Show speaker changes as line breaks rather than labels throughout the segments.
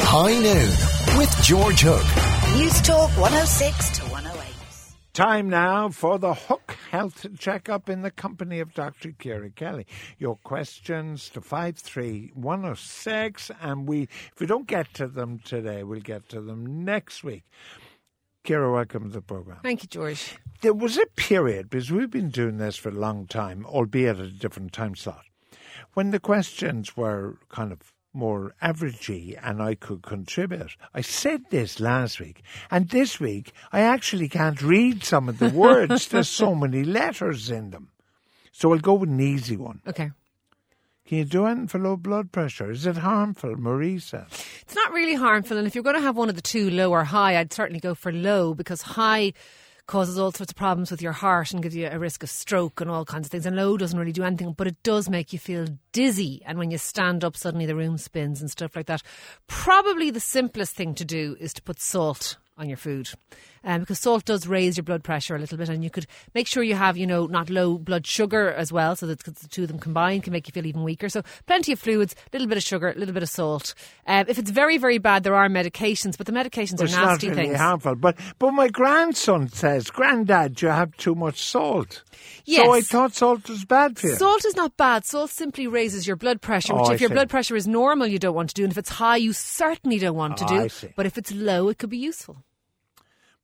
High Noon with George Hook.
News Talk 106 to 108.
Time now for the Hook Health Checkup in the company of Dr. Kira Kelly. Your questions to 53106, and we, if we don't get to them today, we'll get to them next week. Kira, welcome to the program.
Thank you, George.
There was a period, because we've been doing this for a long time, albeit at a different time slot, when the questions were kind of more averagey and I could contribute. I said this last week, and this week I actually can't read some of the words. There's so many letters in them. So I'll go with an easy one.
Okay.
Can you do anything for low blood pressure? Is it harmful, Marisa?
It's not really harmful, and if you're going to have one of the two, low or high, I'd certainly go for low because high causes all sorts of problems with your heart and gives you a risk of stroke and all kinds of things. And low doesn't really do anything, but it does make you feel dizzy. And when you stand up, suddenly the room spins and stuff like that. Probably the simplest thing to do is to put salt on your food um, because salt does raise your blood pressure a little bit and you could make sure you have you know not low blood sugar as well so that 'cause the two of them combined can make you feel even weaker so plenty of fluids a little bit of sugar a little bit of salt um, if it's very very bad there are medications but the
It's
medications are nasty
not really
things
harmful. But but my grandson says, Granddad, you have too much salt. So I
Yes.
thought salt was bad for you.
Salt is not bad. Salt simply raises your blood pressure,
Oh,
which
I
if your
see.
blood pressure is normal, you don't want to do. And if it's high, you certainly don't want to
Oh,
do.
I see.
But if it's low, it could be useful.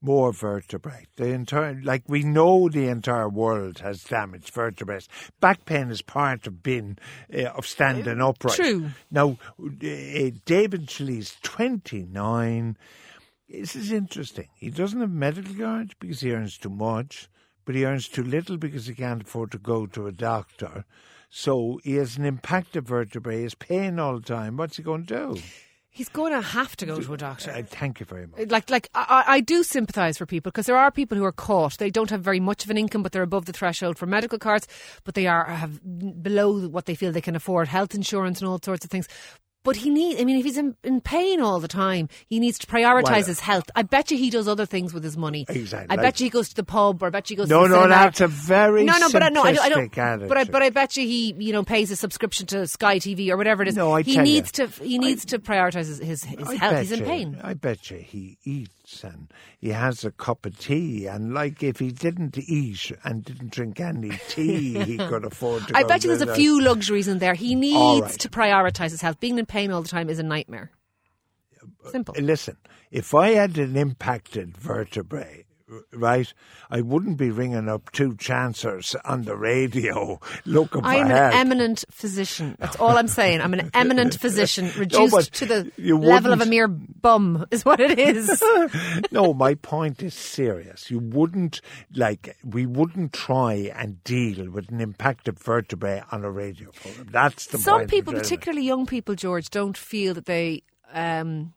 More vertebrae. The entire, like we know, the entire world has damaged vertebrae. Back pain is part of being uh, of standing upright.
True.
Now, uh, David Shelley's twenty nine. This is interesting. He doesn't have medical coverage because he earns too much, but he earns too little because he can't afford to go to a doctor. So he has an impacted vertebrae. He's pain all the time. What's he going to do?
He's going to have to go to a doctor.
Uh, thank you very much.
like like I, I I do sympathise for people because there are people who are caught. They don't have very much of an income, but they're above the threshold for medical cards. But they are have below what they feel they can afford health insurance and all sorts of things. But he need I mean, if he's in, in pain all the time, he needs to prioritise
Well-
his health. I bet you he does other things with his money.
Exactly.
I bet you he goes to the pub, or I bet you he goes.
No,
to the
no,
cinema.
that's a very
no, no. But I, no, I, don't-
simplistic
I don't. But I,
attitude.
but I bet you he, you know, pays a subscription to Sky TV or whatever it is.
No, I
he
tell you,
needs to. He needs to prioritise his his, his health.
bet
He's in
you-
pain.
I bet you he eats and he has a cup of tea. And like if he didn't eat and didn't drink any tea, he could afford to.
I
go
bet you
to
there's a
the-
few luxuries in there. He
All
needs
right.
to prioritise his health. Being in pain all the time is a nightmare. Simple.
Listen, if I had an impacted vertebrae. r- Right, I wouldn't be ringing up two chancers on the radio looking for
I'm
help.
an eminent physician. That's all I'm saying. I'm an eminent physician, reduced
but
to the
you
level of a
wouldn't-
mere bum, is what it is.
no, my point is serious. You wouldn't like we wouldn't try and deal with an impacted vertebrae on a radio program. That's the
Some
point
people,
of doing it.
particularly young people, George, don't feel that they um,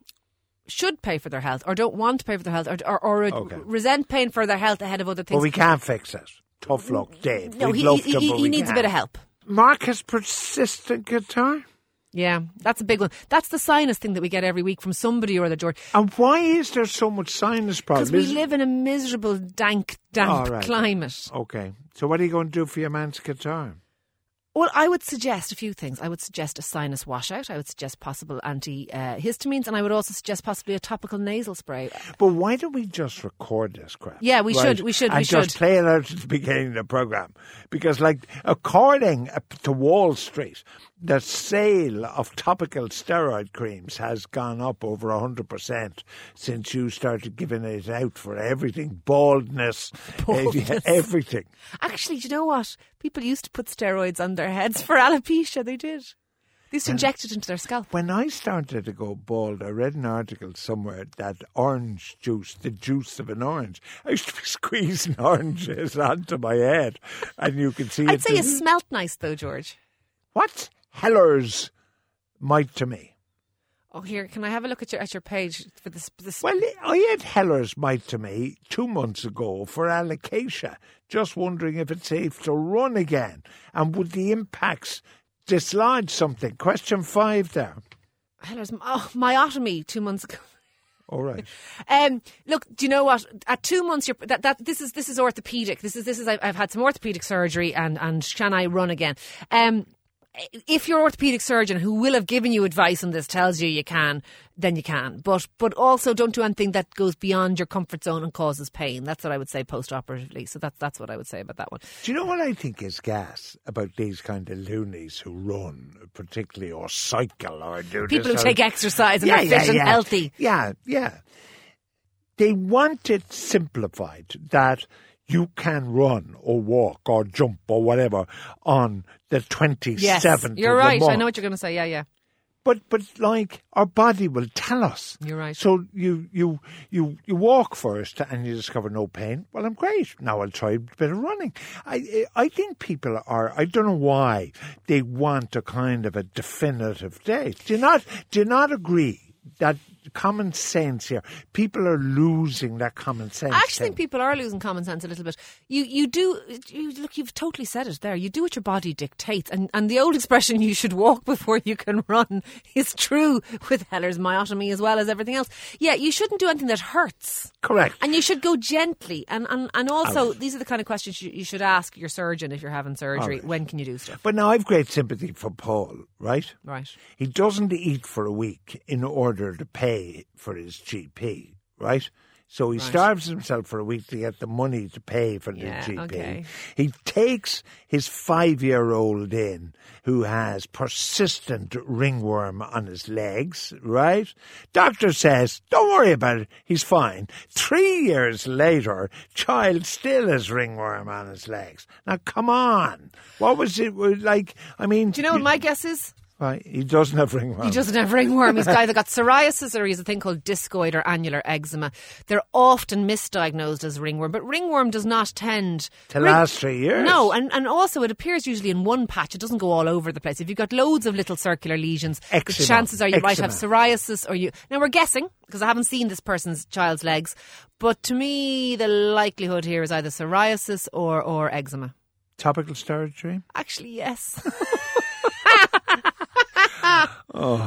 should pay for their health, or don't want to pay for their health, or or, or
Okay.
resent paying for their health ahead of other things.
But we can't fix it. Tough luck, Dave.
Mm, no,
We'd
he,
love
he,
to,
he,
but
he
we
needs a
can't.
bit of help.
Marcus persistent guitar.
Yeah, that's a big one. That's the sinus thing that we get every week from somebody or other, George.
And why is there so much sinus problems?
Because we live in a miserable, dank,
Oh, All
damp
right.
climate.
Okay. So what are you going to do for your man's guitar?
Well, I would suggest a few things. I would suggest a sinus washout. I would suggest possible antihistamines, and I would also suggest possibly a topical nasal spray.
But why don't we just record this crap?
Yeah, we should, we should,
and
we
just
should.
play it out at the beginning of the program because, like, according uh, to Wall Street, the sale of topical steroid creams has gone up over hundred percent since you started giving it out for everything, baldness, eh,
Baldness.
everything.
Actually, do you know what? People used to put steroids on their heads for alopecia. They did. They used to inject it into their scalp.
When I started to go bald, I read an article somewhere that orange juice, the juice of an orange, I used to be squeezing oranges onto my head, and you could see.
I'd
it
say you
didn't-
smelt nice, though, George.
What's Heller's might to me?
Oh, here, can I have a look at your at your page for this? this
Well, I had Heller's might to me two months ago for alocasia. Just wondering if it's safe to run again, and would the impacts dislodge something? Question five there.
Heller's, oh, myotomy two months ago.
All right.
Um, look, do you know what? At two months, you're, that, that this is this is orthopedic. This is this is. I've, I've had some orthopedic surgery, and and can I run again? Um, if your orthopedic surgeon who will have given you advice on this tells you you can, then you can. But but also don't do anything that goes beyond your comfort zone and causes pain. That's what I would say post-operatively. So that's that's what I would say about that one.
Do you know what I think is gas about these kind of loonies who run, particularly, or cycle, or do this
People who
or-
take exercise and are fit and healthy.
Yeah, yeah. They want it simplified that you can run or walk or jump or whatever on the 27th
Yes,
of the
you're right. I
month.
know what you're going to say. Yeah, yeah.
But but like our body will tell us.
You're right.
So you you you you walk first and you discover no pain. Well, I'm great. Now I'll try a bit of running. I I think people are. I don't know why they want a kind of a definitive date. Do you not do you not agree that common sense here? People are losing that common sense.
I actually think
thing.
people are losing common sense a little bit. You you do you look you've totally said it there. You do what your body dictates and, and the old expression you should walk before you can run is true with Heller's myotomy as well as everything else. Yeah, you shouldn't do anything that hurts.
correct.
And you should go gently and and, and also these are the kind of questions you, you should ask your surgeon if you're having surgery. When can you do stuff?
but now I've great sympathy for Paul, right?
Right.
He doesn't eat for a week in order to pay for his GP, right? So he starves himself for a week to get the money to pay for the
Yeah,
GP.
okay.
He takes his five year old in who has persistent ringworm on his legs, right? Doctor says, don't worry about it, he's fine. Three years later, child still has ringworm on his legs. Now, come on. What was it like? I mean,
Do you know what my guess is?
Right, he doesn't have ringworm.
He doesn't have ringworm. He's either got psoriasis or he has a thing called discoid or annular eczema. They're often misdiagnosed as ringworm, but ringworm does not tend
To last three years.
No, and, and also it appears usually in one patch. It doesn't go all over the place. If you've got loads of little circular lesions, the
Eczema.
chances are you might have
Eczema.
psoriasis or you. Now we're guessing because I haven't seen this person's child's legs, but to me the likelihood here is either psoriasis or or eczema.
Topical steroid cream?
Actually, yes.
All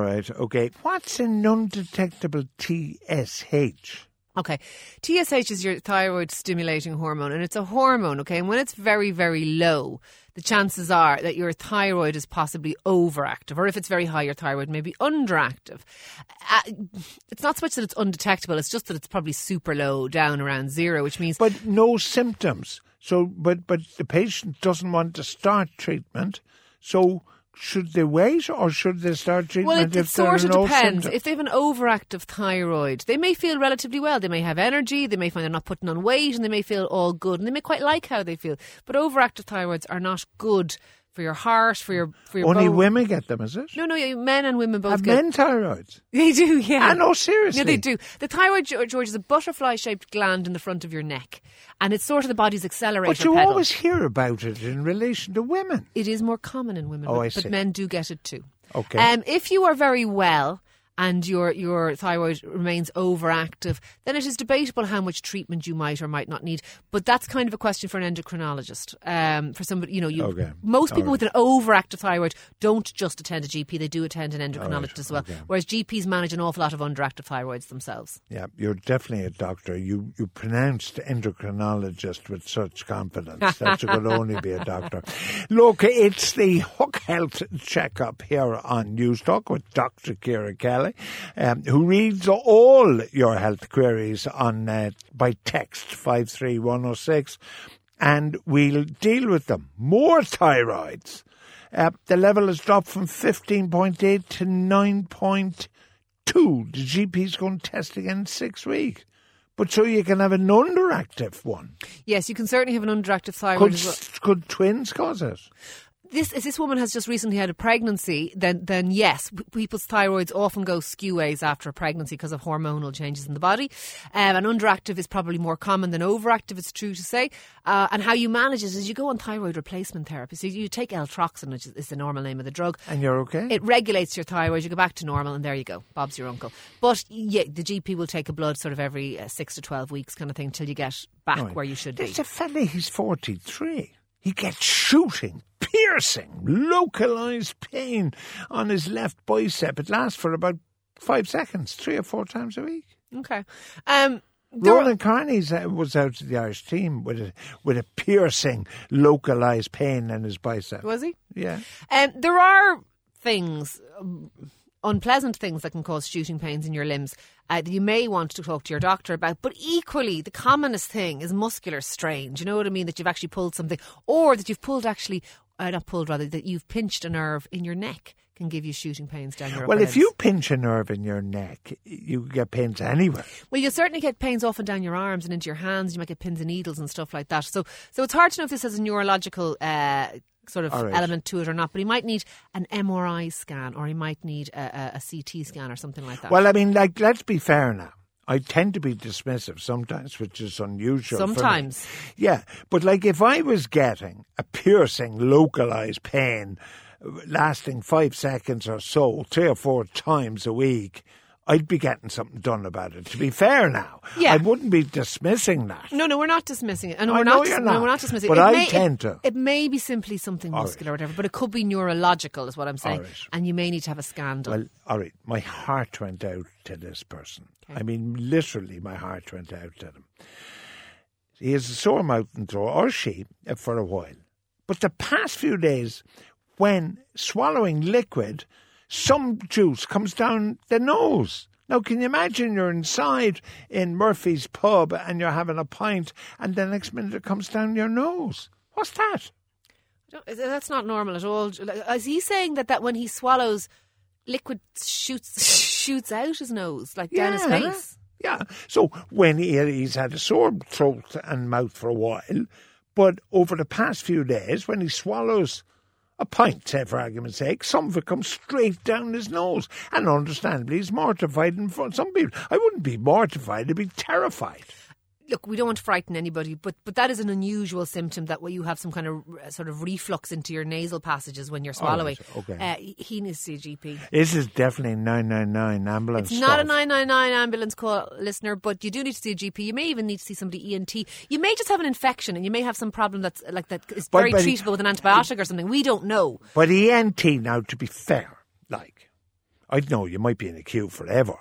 right, okay. What's an undetectable TSH?
Okay. TSH is your thyroid stimulating hormone, and it's a hormone, okay? And when it's very, very low, the chances are that your thyroid is possibly overactive, or if it's very high, your thyroid may be underactive. Uh, it's not so much that it's undetectable, it's just that it's probably super low, down around zero, which means.
But no symptoms. So, but, but the patient doesn't want to start treatment. So, should they wait or should they start treatment
well, it, it
if there are
sort of
no
depends.
symptoms?
If they have an overactive thyroid, they may feel relatively well. They may have energy. They may find they're not putting on weight, and they may feel all good, and they may quite like how they feel. But overactive thyroids are not good for your heart, for your for your
Only
bone.
women get them, is it?
No, no, yeah, men and women both
have
get.
men thyroids?
They do, yeah.
Ah, no, seriously.
Yeah, they do. The thyroid, Ge- George, is a butterfly-shaped gland in the front of your neck, and it's sort of the body's accelerator.
But you
pedal.
always hear about it in relation to women.
It is more common in women,
Oh,
but,
I
but
see.
men do get it too.
Okay.
Um, if you are very well and your your thyroid remains overactive, then it is debatable how much treatment you might or might not need. But that's kind of a question for an endocrinologist. Um, for somebody, you know, you
Okay.
most people
All
with an overactive thyroid don't just attend a GP; they do attend an
Oh,
endocrinologist as well. Whereas GPs manage an awful lot of underactive thyroids themselves.
Yeah, you're definitely a doctor. You you pronounced endocrinologist with such confidence that you could only be a doctor. Look, it's the Hook Health Checkup here on News Talk with Dr. Kira Kelly, um, who reads all your health queries on uh, by text 53106, and we'll deal with them. More thyroids. Uh, the level has dropped from 15.8 to 9.2. Two, the GP's going to test again in six weeks. But so you can have an underactive one.
Yes, you can certainly have an underactive thyroid.
Could,
as well.
could twins cause it?
this if this woman has just recently had a pregnancy, then then yes, p- people's thyroids often go skew ways after a pregnancy because of hormonal changes in the body. Um, and underactive is probably more common than overactive. It's true to say. Uh, and how you manage it is you go on thyroid replacement therapy. So you take L-troxin, which is, is the normal name of the drug.
And you're okay?
It regulates your thyroid. You go back to normal, and there you go. Bob's your uncle. But yeah, the GP will take a blood sort of every uh, six to twelve weeks, kind of thing, till you get back where you should be.
There's a fella, he's 43. He gets shooting, piercing, localized pain on his left bicep. It lasts for about five seconds, three or four times a week.
Okay. Um, There-
Ronan Carney uh, was out to the Irish team with a, with a piercing, localized pain in his bicep.
Was he?
Yeah.
Um, there are things, um, unpleasant things that can cause shooting pains in your limbs uh, that you may want to talk to your doctor about. But equally, the commonest thing is muscular strain. Do you know what I mean? That you've actually pulled something, or that you've pulled actually, uh, not pulled rather, that you've pinched a nerve in your neck can give you shooting pains down your.
Well,
upper
if
limbs.
you pinch a nerve in your neck, you get pains anywhere.
Well, you'll certainly get pains often down your arms and into your hands. You might get pins and needles and stuff like that. So, so it's hard to know if this has a neurological uh, sort of
All right.
element to it or not. But he might need an MRI scan, or he might need a, a, a CT scan, or something like that.
Well, I mean, like, let's be fair now. I tend to be dismissive sometimes, which is unusual. for me.
Sometimes.
Yeah. But, like, if I was getting a piercing, localized pain uh, lasting five seconds or so, three or four times a week, I'd be getting something done about it, to be fair now.
Yeah.
I wouldn't be dismissing that.
no, no, we're not dismissing it, and
I
we're
know
not,
you're
No,
not,
we're not dismissing
but
it. It
I
may,
tend
it,
to.
It may be simply something muscular or whatever, but it could be neurological, is what I'm saying.
All right.
And you may need to have a scan done.
Well, all right, my heart went out to this person. I mean, literally, my heart went out to him. He has a sore mouth and throat, or she, uh, for a while. But the past few days, when swallowing liquid, some juice comes down the nose. Now, can you imagine you're inside in Murphy's pub and you're having a pint, and the next minute it comes down your nose? What's that?
Don't- is- That's not normal at all. Like, Is he saying that, that when he swallows, liquid shoots shoots out his nose, like down his face?
Yeah. So when he, he's had a sore throat and mouth for a while, but over the past few days, when he swallows a pint, say for argument's sake, some of it comes straight down his nose. And understandably, he's mortified in front some people. I wouldn't be mortified, I'd be terrified.
Look, we don't want to frighten anybody, but but that is an unusual symptom that where you have some kind of uh, sort of reflux into your nasal passages when you're swallowing.
okay.
Uh, he- he needs to see a GP.
This is definitely 999 ambulance.
It's not a
stuff.
999 ambulance call listener, but you do need to see a GP. You may even need to see somebody ENT. You may just have an infection and you may have some problem that's like that is
But-
very
but-
treatable with an antibiotic or something. We don't know.
But ENT, now to be fair, like, I know you might be in a queue forever,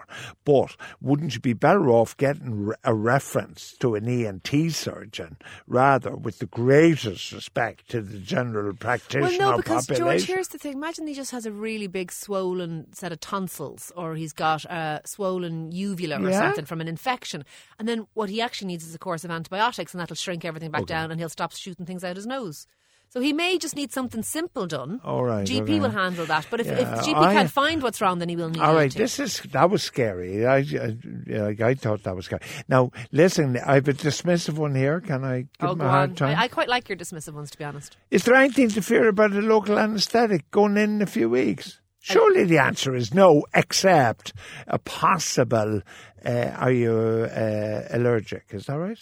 but wouldn't you be better off getting re- a reference to an ENT surgeon rather, with the greatest respect to the general practitioner
Well, no, because
population?
George, here's the thing. Imagine he just has a really big swollen set of tonsils, or he's got a swollen uvula or
Yeah.
something from an infection, and then what he actually needs is a course of antibiotics, and that'll shrink everything back down, and he'll stop shooting things out his nose. So he may just need something simple done.
All right,
GP
okay.
will handle that. But if,
Yeah,
if GP
I-
can't find what's wrong, then he will need.
All right,
ENT.
this is that was scary. I, I, yeah, I thought that was scary. Now, listen, I have a dismissive one here. Can I give
Oh,
him
go
a hard
on.
time?
I, I quite like your dismissive ones, to be honest.
Is there anything to fear about a local anaesthetic going in in a few weeks? Surely the answer is no, except a possible. Uh, are you uh, allergic? Is that right?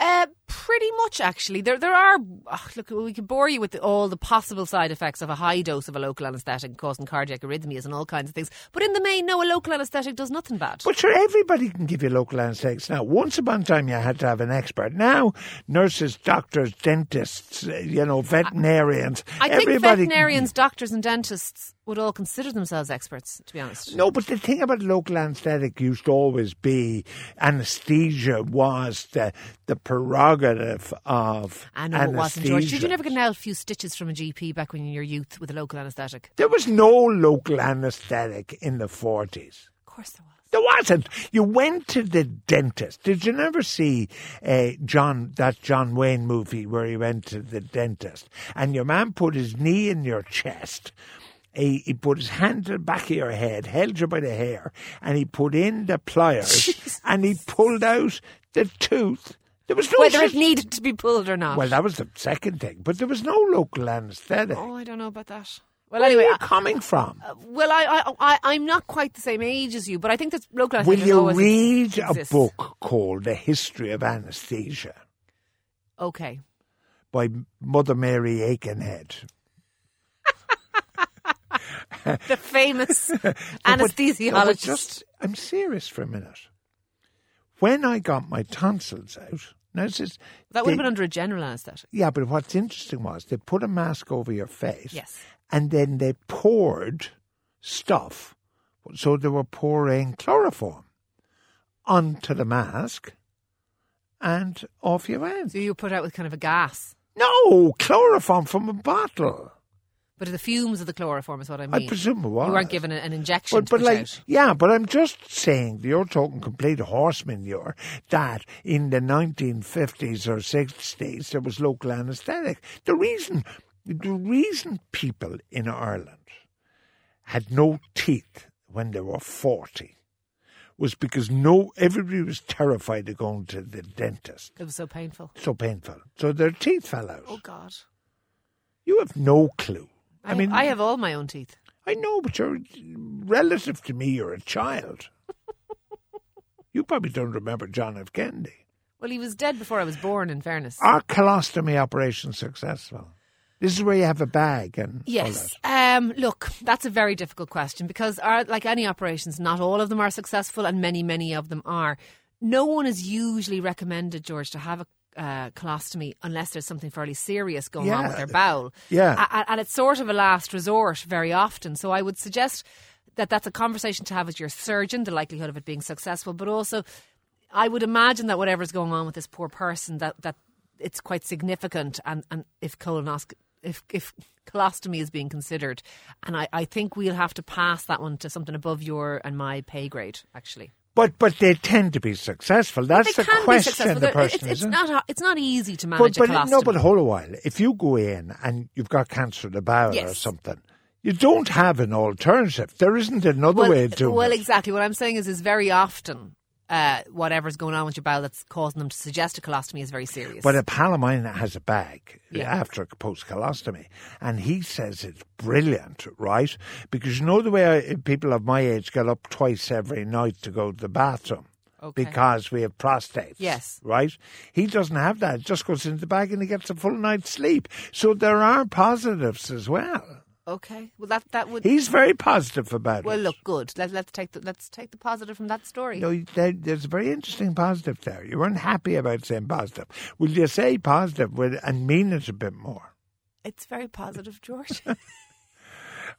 Uh, pretty much, actually. There, there are. ugh, look, we could bore you with the, all the possible side effects of a high dose of a local anaesthetic, causing cardiac arrhythmias and all kinds of things. But in the main, no, a local anaesthetic does nothing bad.
But sure, everybody can give you local anaesthetics now. Once upon a time, you had to have an expert. Now, nurses, doctors, dentists, uh, you know, veterinarians.
I think
everybody can-
veterinarians, doctors, and dentists would all consider themselves experts, to be honest.
No, but the thing about local anaesthetic used to always be anaesthesia was the the prerogative of
I know it wasn't, George. Did you
anaesthesia.
never get an out a few stitches from a GP back when in your youth with a local anaesthetic?
There was no local anaesthetic in the forties.
Of course there was.
There wasn't. You went to the dentist. Did you never see uh, John that John Wayne movie where he went to the dentist and your man put his knee in your chest? He, he put his hand to the back of your head, held you by the hair, and he put in the pliers and he pulled out the tooth. There was no
Whether it
such-
needed to be pulled or not.
well, that was the second thing, but there was no local anaesthetic.
oh, I don't know about that. Well,
Where
anyway,
are you
I- Oh,
coming from?
Well, I, I, I, I'm not quite the same age as you, but I think that local
Will
anaesthetic
you
always
read
exists.
a book called The History of Anesthesia
Okay.
by Mother Mary Aikenhead?
The famous
No, but
anesthesiologist.
just, I'm serious for a minute. When I got my tonsils out, now this is,
that would have
they-
been under a general anaesthetic.
yeah, but what's interesting was they put a mask over your face,
Yes.
and then they poured stuff. So they were pouring chloroform onto the mask, and off you went.
So you put out with kind of a gas,
No, chloroform from a bottle.
but the fumes of the chloroform is what I
I
mean.
presume it was.
you weren't given a- an injection.
But,
to
but
put
like,
out.
yeah, but I'm just saying, you're talking complete horse manure that in the 1950s or 60s there was local anaesthetic. The reason, the reason people in Ireland had no teeth when they were 40 was because no, everybody was terrified of going to the dentist.
it was so painful.
So painful. So their teeth fell out.
Oh God!
You have no clue.
I, mean, I have all my own teeth.
I know, but you're relative to me. You're a child. you probably don't remember John F. Kennedy.
Well, he was dead before I was born. In fairness,
Are colostomy operations successful? This is where you have a bag and all
Yes.
that.
Um, look, that's a very difficult question because, are, like any operations, not all of them are successful, and many, many of them are. No one is usually recommended, George, to have a uh, colostomy unless there's something fairly serious going on with
Yeah.
their bowel.
Yeah.
A- a- and it's sort of a last resort very often. So I would suggest that that's a conversation to have with your surgeon, the likelihood of it being successful, but also I would imagine that whatever's going on with this poor person, that, that it's quite significant. And, and if colonosc- if, if colostomy is being considered, and I, I think we'll have to pass that one to something above your and my pay grade, actually.
But but they tend to be successful. That's
they
the
can be
question
successful.
the
They're-
person
it's, it's
is in.
not. It's not easy to
But
manage
but
a colostomy.
no, but hold a while. If you go in and you've got cancer of the bowel or
Yes.
something, you don't have an alternative. There isn't another
well,
way of doing
well,
it.
exactly. What I'm saying is, is very often uh, whatever's going on with your bowel that's causing them to suggest a colostomy is very serious.
But uh, a pal of mine has a bag
Yeah.
after post colostomy, and he says it's brilliant, right? Because you know the way I, people of my age get up twice every night to go to the bathroom.
Okay.
Because we have prostates.
Yes.
Right? He doesn't have that. It just goes into the bag and he gets a full night's sleep. So there are positives as well.
okay, well that that would.
He's very positive about
well,
it.
look, good. Let, let's take the, let's take the positive from that story.
No, there, there's a very interesting positive there. You weren't happy about saying positive. Will you say positive with, and mean it a bit more?
It's very positive, George.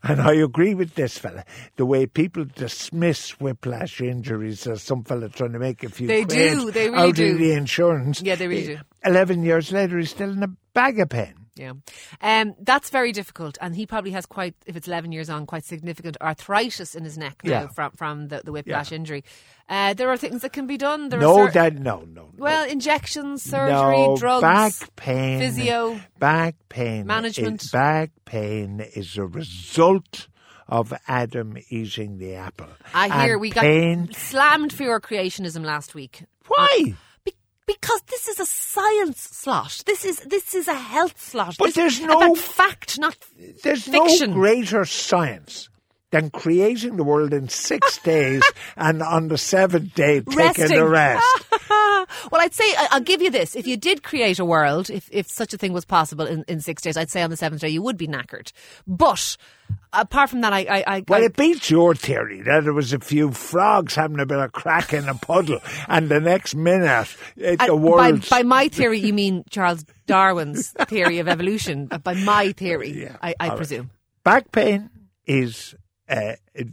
And I agree with this fella. The way people dismiss whiplash injuries as some fella trying to make a few
They
quid
do, they really
out
do.
of the insurance. eh,
Yeah, they really do.
Eleven years later, he's still in a bag of pain.
yeah, um, that's very difficult, and he probably has quite, if it's 11 years on, quite significant arthritis in his neck now
Yeah.
from from the, the whiplash injury. Uh, there are things that can be done. There
no,
are cer-
that no, no, no.
well, injections, surgery,
no,
drugs,
back pain,
physio.
back pain,
Management.
Is, back pain is a result of Adam eating the apple.
I hear
And
we
pain.
got slammed for your creationism last week.
Why?
Be- because this is a science slot. This is this is a health slot.
But
This-
there's no-
about fact, not
There's
fiction.
no greater science than creating the world in six days and on the seventh day taking
Resting. Ah.
a rest.
well, I'd say I- I'll give you this: if you did create a world, if, if such a thing was possible in, in six days, I'd say on the seventh day you would be knackered. But apart from that, I I, I,
Well,
I
it beats your theory that there was a few frogs having a bit of crack in a puddle, and the next minute it, the
and by,
world.
by my theory, you mean Charles Darwin's theory of evolution. But By my theory,
Yeah,
I,
all
I
right.
presume.
Back pain is. Uh, it-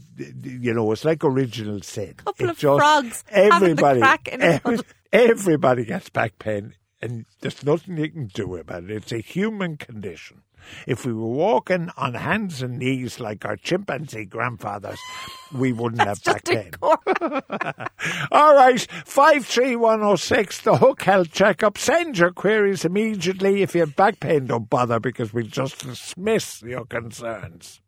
you know, it's like original sin.
Couple
It
of frogs having the
everybody,
crack in a
every-
puddle.
everybody gets back pain, and there's nothing you can do about it. It's a human condition. If we were walking on hands and knees like our chimpanzee grandfathers, we wouldn't have back pain. All right, 53106, the Hook Health Checkup. Send your queries immediately. If you have back pain, don't bother because we just dismiss your concerns.